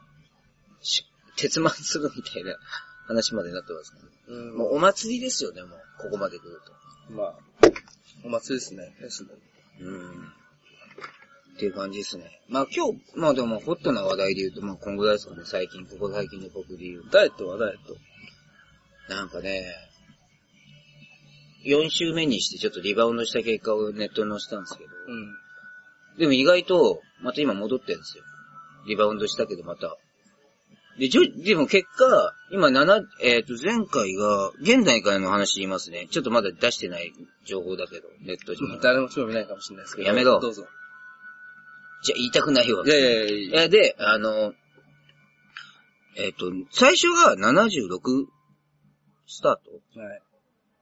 S2: し鉄満するみたいな 話までなってますけど。
S1: うん。
S2: もうお祭りですよね、もう。ここまで来ると。
S1: まあ、お祭りですね。ですね。
S2: うん。っていう感じですね。まあ今日、まあでもホットな話題で言うと、まあこんぐらいですかね、最近、ここ最近の僕で言う
S1: ダイエットはダイエット。
S2: と。なんかね、4週目にしてちょっとリバウンドした結果をネットに載せたんですけど、
S1: うん。
S2: でも意外と、また今戻ってるんですよ。リバウンドしたけどまた。で、じょ、でも結果、今7、えっ、と、前回が、現代からの話言いますね。ちょっとまだ出してない情報だけど、ネット上に。じゃあ
S1: 誰も興味ないかもしれないですけど。
S2: やめろ
S1: どうぞ。
S2: 言いたくないわ
S1: い。やいやいや
S2: えーで、あの、えっ、と、最初が76スタート
S1: はい。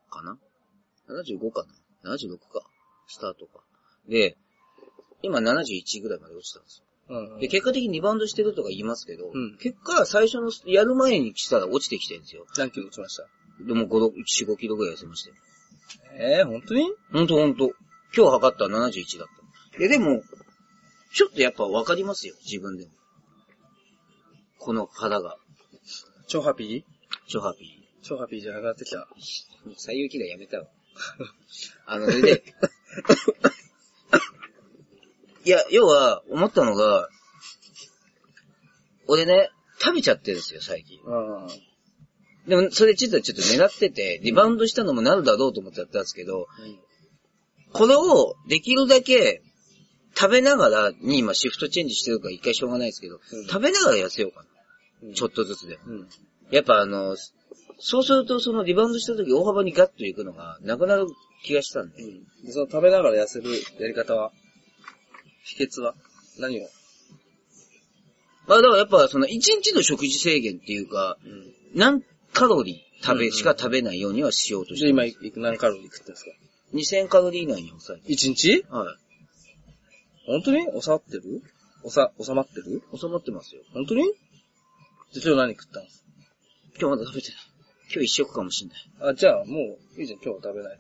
S2: かな ?75 かな ?76 か。スタートか。で、今71ぐらいまで落ちたんです
S1: うんう
S2: よ。
S1: ん。
S2: で、結果的にリバウンドしてるとか言いますけど、
S1: うん
S2: 結果最初の、やる前に来たら落ちてきてるんですよ。
S1: 何キロ落ちました
S2: でも5、4、5キロぐらい痩せましたよ。
S1: えー、本当に
S2: ほんとほんと。今日測ったら71だった。で、でも、ちょっとやっぱわかりますよ、自分でも。この肌が、
S1: 超ハッピ
S2: 超ハッピー。
S1: ー超ハッピーじゃなくなってきた。
S2: もう最有機がやめたわ。 あの、それで、いや、要は、思ったのが、俺ね、食べちゃってるんですよ、最近。
S1: うん。
S2: でも、それ実はちょっと狙ってて、リバウンドしたのもなるだろうと思ってやったんですけど、これをできるだけ食べながらに今シフトチェンジしてるから一回しょうがないですけど、
S1: うん
S2: 食べながら痩せようか
S1: うん
S2: な。ちょっとずつでも。
S1: うん。
S2: やっぱあの、そうするとそのリバウンドした時大幅にガッといくのがなくなる気がしたんで。
S1: うん。で、その食べながら痩せるやり方は秘訣は何を
S2: まあだからやっぱその一日の食事制限っていうか、
S1: うん。
S2: 何カロリー食
S1: うんう
S2: べ、
S1: ん
S2: しか食べないようにはしようとし
S1: で、
S2: て
S1: 今
S2: ます。
S1: いく何カロリー食ってんですか
S2: 2000カロリー以内に抑えて。
S1: 一日
S2: は
S1: 本当に収まってるおさ、収まってる
S2: い。収まってますよ。
S1: 本当にじゃ、今日何食ったんです
S2: 今日まだ食べてない。今日一食かもしんない。
S1: あ、じゃあもう、いいじゃん、今日は食べない。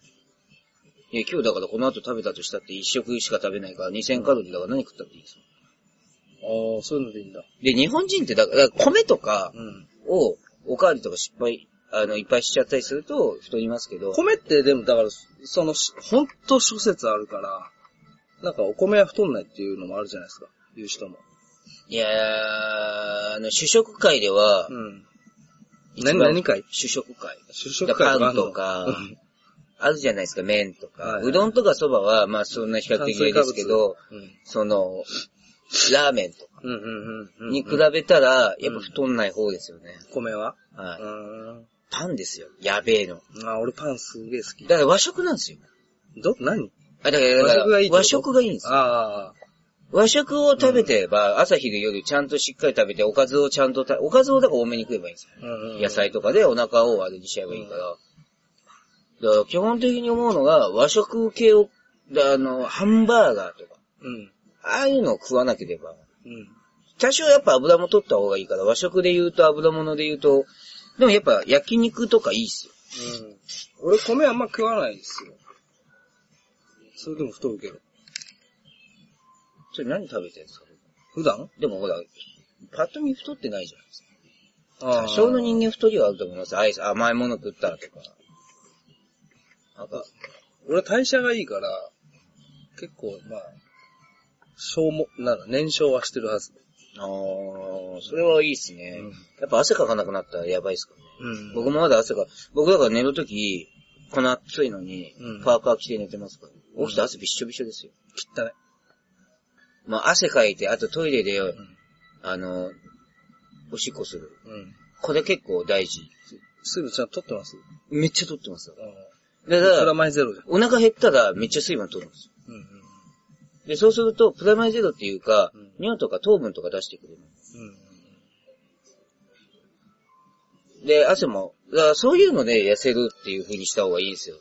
S2: いや、今日だからこの後食べたとしたって一食しか食べないから2000カロリーだから何食ったっていいですよ。
S1: ああ、そういうのでいいんだ。
S2: で、日本人ってだから、だから米とか
S1: うん。
S2: をおかわりとか失敗、あの、いっぱいしちゃったりすると太りますけど、
S1: 米ってでもだから、その、しほんと諸説あるから、なんかお米は太んないっていうのもあるじゃないですか。言う人も。
S2: いやー、あの、主食会では、
S1: うん。
S2: 一
S1: 何、
S2: 番
S1: 何会
S2: 主食会。
S1: 主
S2: だ
S1: 食
S2: か
S1: 会
S2: ら
S1: とか
S2: パ
S1: あ
S2: ン
S1: んの
S2: とか、あるじゃないですか、麺とか。
S1: はいはいう
S2: どんとかそばは、まあそんな比較
S1: 炭
S2: 的
S1: 水化
S2: で
S1: 物
S2: すけど、、
S1: うん。
S2: その、ラーメンとか
S1: うんうんうん。
S2: に比
S1: うん
S2: べたら、やっぱ太んない方ですよね。
S1: 米は
S2: はい。
S1: う
S2: パンですよ。やべえの。
S1: ーん。あ、俺パンすげえ好き。
S2: だから和食なんですよ。
S1: ど、何
S2: あ、だから、だ
S1: 和
S2: から
S1: 食がいいってこと
S2: 和食がいいんですよ。
S1: ああ、
S2: 和食を食べてれば、朝昼夜ちゃんとしっかり食べて、おかずをちゃんとた、おかずをだから多めに食えばいいんですよ。
S1: うんうん
S2: 野菜とかでお腹をあれにしちゃえばいいから。だから基本的に思うのが、和食系を、だあの、ハンバーガーとか、
S1: うん。
S2: ああいうのを食わなければ、
S1: うん。
S2: 多少やっぱ油も取った方がいいから、和食で言うと油物で言うと、でもやっぱ焼肉とかいいっすよ。
S1: うん。俺米あんま食わないですよ。それでも太るけど。
S2: それ何食べてるんですか
S1: 普段
S2: でもほら、パッと見太ってないじゃないですか。
S1: あ
S2: 多少の人間太りはあると思います。アイス、甘いもの食ったらとか。なんか、
S1: 俺代謝がいいから、結構、まあ、消耗、なんだ、燃焼はしてるはず。
S2: あー、それはいいっすね。
S1: うん
S2: やっぱ汗かかなくなったらやばいっすかね。
S1: うん
S2: 僕もまだ汗か、僕だから寝るとき、この暑いのに
S1: うん、
S2: パーカー着て寝てますから。
S1: うん
S2: 起きて汗びっしょびしょですよ。
S1: 汚い。
S2: まあ汗かいて、あとトイレで、
S1: ん
S2: あの、おしっこする。
S1: うん。
S2: これ結構大事。
S1: 水分ちゃんと取ってます
S2: めっちゃ取ってますよ。
S1: うん。
S2: だ
S1: プ
S2: か
S1: ラ
S2: ら、
S1: マイゼロじゃん。
S2: お腹減ったらめっちゃ水分取るんですよ。
S1: うんうん
S2: で、そうすると、プラマイゼロっていうか、
S1: うん
S2: 尿とか糖分とか出してくれ
S1: う
S2: る。
S1: ん。
S2: で、汗も、だからそういうので痩せるっていう風にした方がいいんですよ。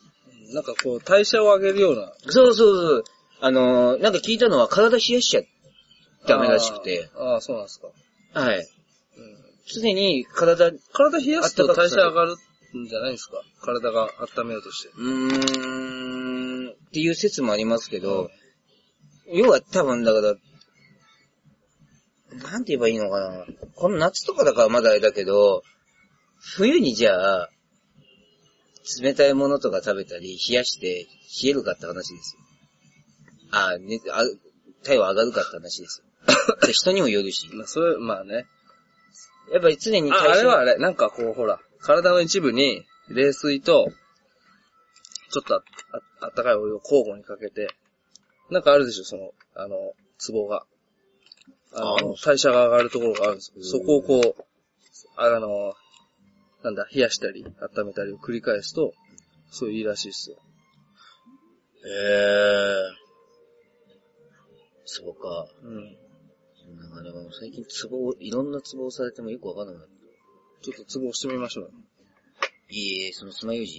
S1: うん。なんかこう、代謝を上げるような。
S2: そうそうそう。あのーなんか聞いたのは体冷やしちゃダメらしくて。
S1: あー。あー、そうなんですか。
S2: はい。
S1: うん。
S2: 常に体、う
S1: 体冷やすと代謝上がるんじゃないですか体が温めようとして。
S2: ーん、っていう説もありますけ
S1: うん
S2: ど、要は多分だから、なんて言えばいいのかな。この夏とかだからまだあれだけど、冬にじゃあ、冷たいものとか食べたり、冷やして、冷えるかって話ですよ。あ、ね、あ、体温上がるかって話です よ。人にもよるし。
S1: まあ、それ、まあね。
S2: やっぱり常に
S1: あ、あれはあれ、なんかこう、ほら、体の一部に、冷水と、ちょっとあ、ああったかいお湯を交互にかけて、なんかあるでしょ、その、あの、ツボが。あ
S2: あ
S1: の、代謝が上がるところがあるんですよ。そこをこう、あの、なんだ、冷やしたり、温めたりを繰り返すと、そういいらしいっすよ。
S2: えー。そうか。
S1: うん。
S2: なんかでも最近ツボを、いろんなツボをされてもよくわかんなくなった。
S1: ちょっとツボ押してみましょうよ。
S2: いい、その爪楊枝い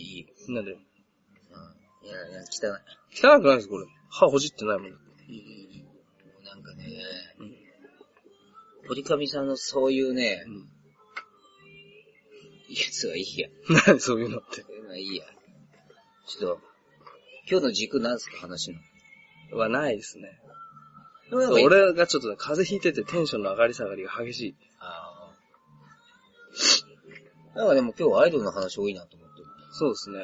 S2: い。
S1: なんで
S2: うん。いや、いや、汚
S1: 汚くないです、これ。歯ほじってないもん。
S2: い。いい、いい。もうなんかね、堀上さんのそういうね、
S1: ん。
S2: やつはいいや。
S1: 何 そういうのって。
S2: まあいいや。ちょっと、今日の軸なんすか、話の。
S1: はないですね。
S2: でもなんかいい、
S1: 俺がちょっとね、風邪ひいててテンションの上がり下がりが激しい。
S2: あーなんかでも今日アイドルの話多いなと思ってる。
S1: そうですね。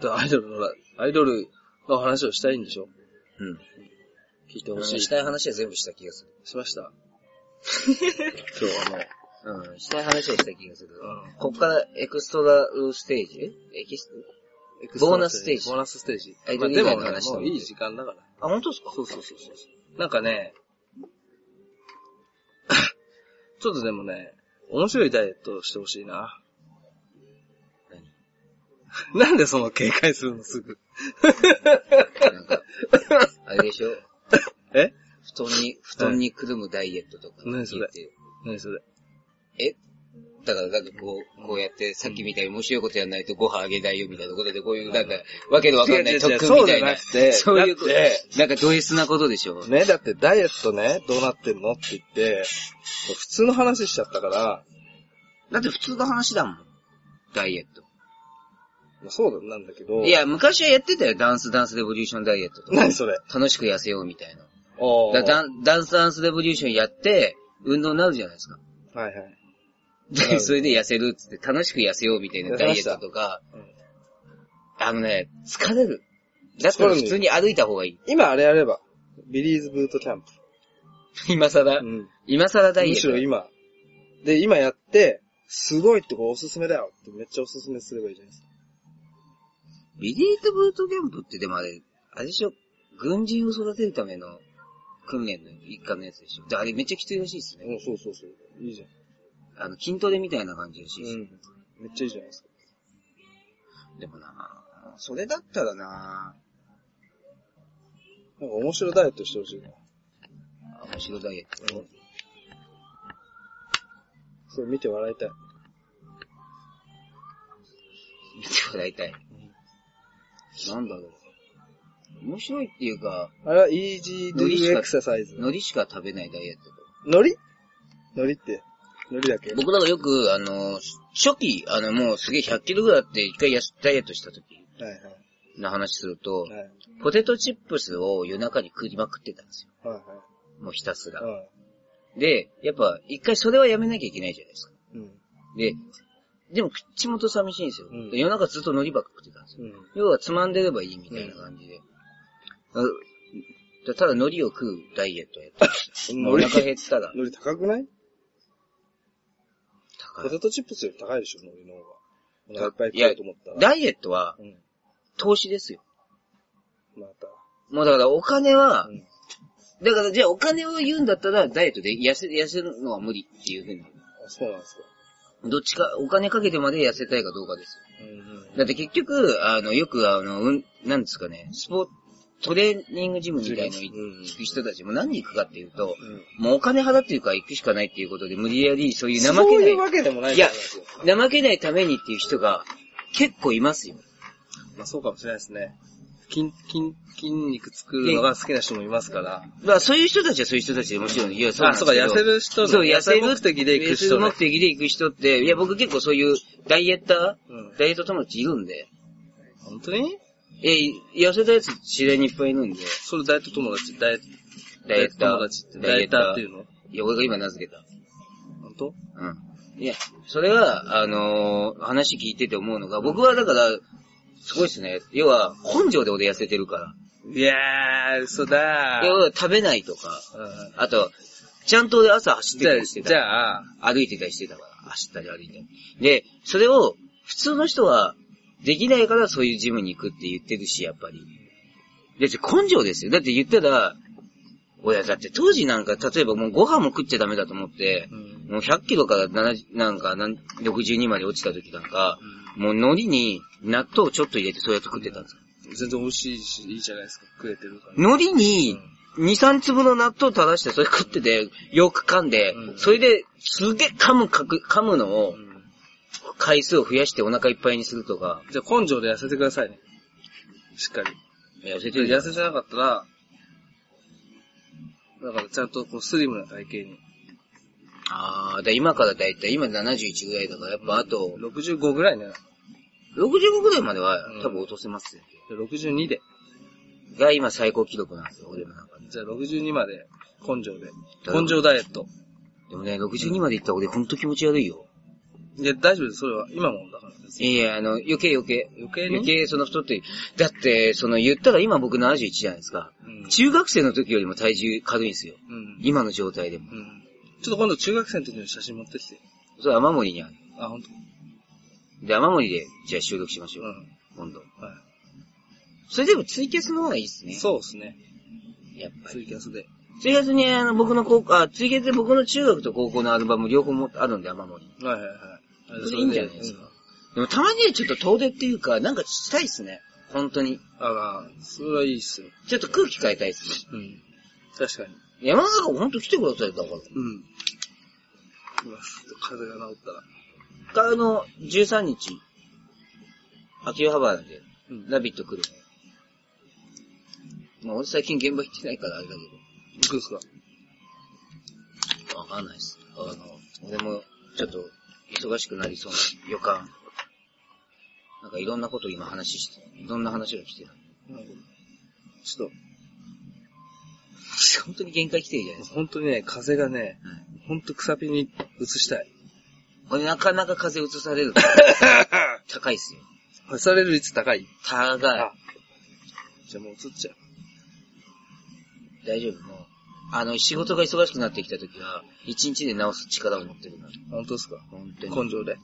S1: だからアイドルのら、アイドルの話をしたいんでしょ
S2: うん。
S1: 聞いてほ
S2: 俺の
S1: しい。
S2: したい話は全部した気がする。
S1: しました今日はもう。
S2: うん、したい話はした気がする。
S1: うん
S2: こっからエクストラステージエキス
S1: エク
S2: ボーナスステージ
S1: ボーナスステージ。
S2: アイ
S1: ま
S2: ド
S1: あ
S2: ル
S1: で
S2: 以
S1: も
S2: 外の
S1: ね、
S2: 話
S1: もういい時間だから。
S2: あ、本当ですか
S1: そうそうそうそう。なんかね、 ちょっとでもね、面白いダイエットをしてほしいな。 なんでその警戒するのすぐ。
S2: 何なんか、あれでしょ
S1: え
S2: 布団に、布団にくるむダイエットとか言
S1: 何
S2: っ
S1: それ
S2: て。
S1: 何それ。
S2: えだからなんかこう、こうやって、さっきみたいに面白いことやんないとご飯あげないよみたいなことで、こういうなんか、わけのわかんな
S1: 違う違う違う
S2: い特訓みたいな。
S1: そうじゃなくて
S2: そういうこと
S1: だって、
S2: なんかド S なことでしょ
S1: ね、だってダイエットね、どうなってんのって言って、普通の話しちゃったから、
S2: だって普通の話だもん。ダイエット。
S1: まあそうなんだけど、
S2: い、や、昔はやってたよ。ダンスダンスレボリューションダイエットとか。
S1: 何それ。
S2: 楽しく痩せようみたいな。
S1: お
S2: だダンダンスダンスレボリューションやって、運動になるじゃないですか。
S1: はいはい。
S2: で、それで痩せるっつって、楽しく痩せようみたいなダイエットとか
S1: 痩せまし、
S2: あのね、疲れる。だったら普通に歩いた方がい い。
S1: 今あれやれば、ビリーズブートキャンプ。
S2: 今更、
S1: うん
S2: 今更ダイエ
S1: むしろ
S2: ット。
S1: 今。で、今やって、すごいってこれおすすめだよってめっちゃおすすめすればいいじゃないですか。
S2: ビリートブートキャンプってでもあれ、あれでしょ、軍人を育てるための訓練の一環のやつでしょ。で、あれめっちゃきついらしいですね。
S1: うん、そうそうそう。いいじゃん。
S2: あの、筋トレみたいな感じらしいです。
S1: うん。めっちゃいいじゃないですか。
S2: でもなそれだったらな
S1: なんか面白いダイエットしてほしいな。
S2: 面白いダイエット。
S1: うんそれ見て笑いたい。
S2: 見てもらいたい。なんだろう。面白いっていうか、
S1: あれは easy do エクササイズ。
S2: 海苔しか食べないダイエットと。
S1: のりのりって、のりだけ
S2: 僕だからよく、あの、初期、あの、もうすげえ100キロぐらいあって、一回やすダイエットした時
S1: はいは
S2: の話すると
S1: い。、はい
S2: ポテトチップスを夜中に食いまくってたんですよ。
S1: はい
S2: もうひたすら。
S1: はい。
S2: で、やっぱ、一回それはやめなきゃいけないじゃないですか。
S1: うん。
S2: で、でも口元寂しいんですよ。
S1: うん
S2: で夜中ずっと海苔ばっか食ってたんですよ。
S1: うん。
S2: 要はつまんでればいいみたいな感じで。あだただ海苔を食うダイエットやってました。もうお
S1: 海苔
S2: 腹減ったら
S1: 海苔高くない
S2: 高
S1: ポ
S2: い。
S1: テトチップスより高いでしょ、海苔の方が。お腹いっぱい
S2: い
S1: 食
S2: や
S1: おうと思ったら。
S2: ダイエットは
S1: うん。
S2: 投資ですよ。
S1: また。
S2: もうだからお金は
S1: う、ん。
S2: だからじゃあお金を言うんだったらダイエットで痩せ、痩せるのは無理っていうふうに。
S1: あそうなんですか。
S2: どっちか、お金かけてまで痩せたいかどうかですよ。
S1: うんうん。
S2: だって結局、あの、よくあの、うん、なんですかね、スポーツ、トレーニングジムみたいの
S1: ジムうん
S2: 行く人たちも何に行くかっていうと、
S1: うん。
S2: もうお金払っていうから行くしかないっていうことで無理やりそういう
S1: そ
S2: 怠
S1: う
S2: けない。
S1: いうわけでもない
S2: いや
S1: と思ますよ、
S2: 怠けないためにっていう人が結構いますよ。
S1: まあそうかもしれないですね。筋、筋、筋肉作るのが好きな人もいますから。
S2: まあそういう人たちはそういう人たちでもちろん、いや、そうなん
S1: あ、
S2: です
S1: そうか、
S2: けど
S1: 痩せる人の。
S2: そう、痩せる
S1: 目的で行く
S2: 痩せ
S1: 人
S2: る
S1: ね
S2: 目。的で行く人って、いや、僕結構そういうダイエッタ
S1: うん
S2: ー、ダイエット友達いるんで、
S1: 本当に
S2: え、痩せたやつ知り合いにいっぱいいるんで、
S1: それダイエット友達、ダイエット、
S2: ダイエッター。
S1: 友達って、ダイエッターっていうの
S2: いや、俺が今名付けた。
S1: 本当
S2: うん。いや、それは、あのー話聞いてて思うのが、僕はだから、すごいっすね。要は、根性で俺痩せてるか
S1: いやー、嘘だ
S2: ら。
S1: ー。
S2: 要は、食べないとか、
S1: うん
S2: あと、ちゃんと俺朝走って
S1: じゃ
S2: た
S1: あ、
S2: りして
S1: じ
S2: た。
S1: ゃあ、
S2: 歩いてたりしてたから、走ったり歩いたり。で、それを、普通の人は、できないからそういうジムに行くって言ってるし、やっぱり。だって根性ですよ。だって言ったら、親だって当時なんか、例えばもうご飯も食っちゃダメだと思って、
S1: うん
S2: もう100キロから70なんか、なん62まで落ちた時なんか、もう海苔に納豆ちょっと入れてそうやって食ってたんですよ。
S1: 全然美味しいし、いいじゃないですか、食えてるから。
S2: 海苔に2、3粒の納豆垂らしてそれ食ってて、よく噛んで
S1: う、ん
S2: それですげえ噛むかく、噛むのを
S1: う、ん
S2: 回数を増やしてお腹いっぱいにするとか、
S1: じゃあ根性で痩せてくださいね。しっかり。
S2: 痩せてるじゃ
S1: 痩
S2: ん。
S1: せてなかったら、だからちゃんとこうスリムな体型に。
S2: あー、だ今からだいたい、今71ぐらいだから、やっぱあと、
S1: 65ぐらいね。
S2: 65ぐらいまでは
S1: うん
S2: 多分落とせますよ。
S1: で62で。
S2: が今最高記録なんですよ、俺の中で。
S1: じゃあ62まで、根性で。
S2: どういうこと
S1: 根性ダイエット。
S2: でもね、62まで行ったら俺ほんと気持ち悪いよ。
S1: いや、大丈夫です。それは、今もだからです。
S2: いやいや、あの、余計余計。
S1: 余計に
S2: 余計その太ってる。だって、その言ったら今僕71じゃないですか。
S1: うん。
S2: 中学生の時よりも体重軽いんですよ。
S1: うん。
S2: 今の状態でも。
S1: うん。ちょっと今度中学生の時の写真持ってきて。
S2: それ雨漏りにある。
S1: あ、ほんと
S2: で、雨漏りで、じゃあ収録しまし
S1: う
S2: ょう。
S1: ん。
S2: 今度。
S1: は
S2: それでもツイキャスの方がいいっす
S1: い。
S2: ね。
S1: そうですね。
S2: う。やっぱ
S1: ツ
S2: り。
S1: イキャスで。
S2: ツイキャスに、あの、僕の高校、あ、ツイキャスで僕の中学と高校のアルバム両方もあるんで、雨漏り。
S1: はいはいはい。
S2: それいいんじゃないですか。でもたまにはちょっと遠出っていうか、なんかしたいっすね。本当
S1: う
S2: に。
S1: んあまあ、それはいいっすよ。
S2: ちょっと空気変えたいっすね。
S1: うん。確かに。
S2: 山中ほんと来てください、だから。
S1: うん。行きます。風邪が治ったら。
S2: からの13日、秋葉原で、
S1: うん
S2: ラビット来るの。まあ俺最近現場行ってないからあれだ
S1: 行くんすか
S2: けど、わかんないっす。あの、俺もちょっと忙しくなりそうな予感。なんかいろんなこと今話して、いろんな話が来てる。
S1: ちょっ
S2: 本当に限界来てるじゃないで
S1: と、
S2: す
S1: 本当にね、風がね、
S2: か。はい
S1: 本当草ピに移したい。
S2: これなかなか風移さ れるから。高いっすよ。
S1: 移される率高い
S2: 高い。
S1: じゃあもう移っちゃう。
S2: 大丈夫、もう。あの、仕事が忙しくなってきた時は、一日で直す力を持ってるから。
S1: 本当ですか
S2: 本当に。
S1: 根性で。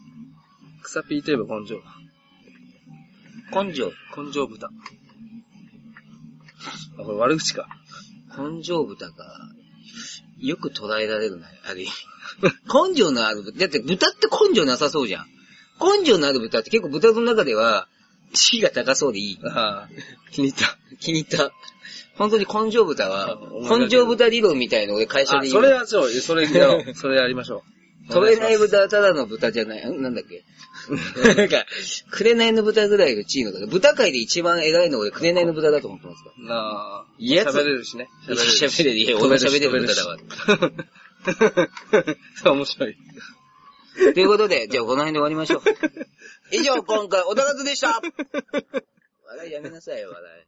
S1: 草ピーといえば根性。
S2: 根性。
S1: 根性豚。あ、これ悪口か。
S2: 根性豚が、よく捉えられるな、あれ。 根性のある豚、だって豚って根性なさそうじゃん。根性のある豚って結構豚の中では、地位が高そうでいい。
S1: ああ、気に入った。
S2: 気に入った。本当に根性豚は
S1: あ思い、出せる
S2: 根性豚理論みたいの俺会社
S1: あ、
S2: で
S1: それはそう、それやろう。それやりましょ う。
S2: 取れない
S1: お願し
S2: 豚はただの豚じゃない、んなんだっけなんか、くれないの豚ぐらいの地位の方豚界で一番偉いの俺、くれないの豚だと思ってますから。
S1: ます。なあ、
S2: いやつ
S1: 喋れるしね。
S2: いや喋れる、いや、俺も喋れる豚だわ。
S1: わ。面白い。
S2: ということで、じゃあこの辺で終わりましょう。以上、今回、おたかずでした笑いやめなさいよ、笑い。